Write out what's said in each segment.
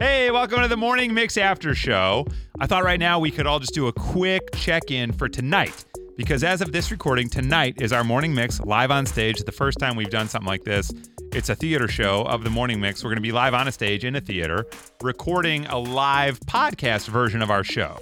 Hey, welcome to the Morning Mix After Show. I thought right now we could all just do a quick check in for tonight because as of this recording, tonight is our Morning Mix live on stage. The first time we've done something like this, it's a theater show of the Morning Mix. We're going to be live on a stage in a theater recording a live podcast version of our show.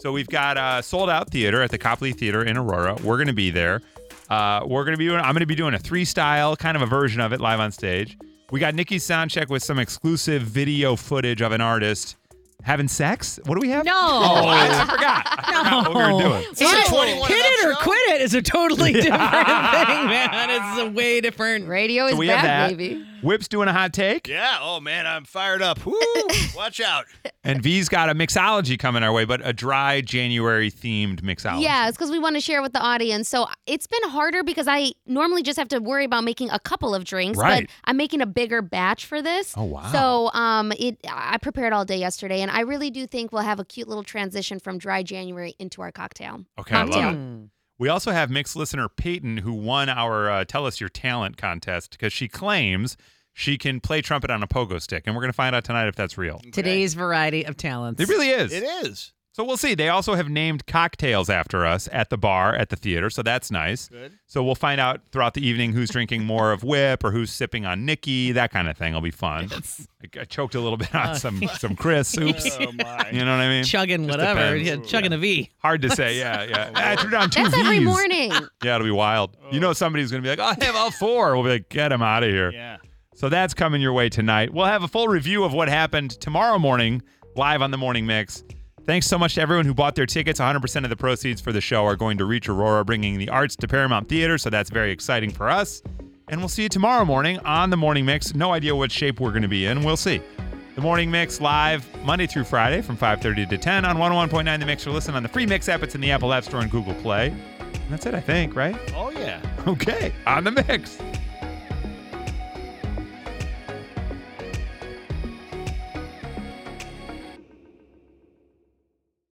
So we've got a sold out theater at the Copley Theater in Aurora. We're going to be there. Uh, we're going to be doing, I'm going to be doing a three style kind of a version of it live on stage. We got Nikki Soundcheck with some exclusive video footage of an artist having sex. What do we have? No. Oh, I, I forgot. I forgot what we were doing. Hit it, 21 hit it or episode? quit it is a totally different thing, man. It's a way different. Radio is So we back, have that. baby. Whip's doing a hot take, Yeah. Oh man, I'm fired up. Woo! Watch out. and V's got a mixology coming our way, but a dry January themed mixology. Yeah, it's because we want to share with the audience. So it's been harder because I normally just have to worry about making a couple of drinks, Right. but I'm making a bigger batch for this. Oh, wow. So um, it I prepared all day yesterday, and I really do think we'll have a cute little transition from dry January into our cocktail. Okay, I love it. Mm. We also have mixed listener Peyton, who won our uh, Tell Us Your Talent contest because she claims she can play trumpet on a pogo stick, and we're going to find out tonight if that's real. Okay. Today's variety of talents. It really is. It is. So we'll see. They also have named cocktails after us at the bar, at the theater, so that's nice. Good. So we'll find out throughout the evening who's drinking more of Whip or who's sipping on Nikki. That kind of thing will be fun. I, I choked a little bit Uh, on some some Chris. Oops. you Oh my. know what I mean? chugging Just whatever. depends. Yeah, chugging a V. Hard to say. Yeah, yeah. I threw down two That's every Vs. morning. Yeah, it'll be wild. Oh. You know somebody's gonna be like, I have all four. We'll be like, get him out of here. Yeah. So that's coming your way tonight. We'll have a full review of what happened tomorrow morning live on the Morning Mix. Thanks so much to everyone who bought their tickets. 100% of the proceeds for the show are going to reach Aurora, bringing the arts to Paramount Theater. So that's very exciting for us. And we'll see you tomorrow morning on the Morning Mix. No idea what shape we're going to be in. We'll see. The Morning Mix live Monday through Friday from 5:30 to 10 on 101.9 The Mix. Or listen on the free Mix app. It's in the Apple App Store and Google Play. And that's it, I think. Right? Oh yeah. Okay. On the Mix.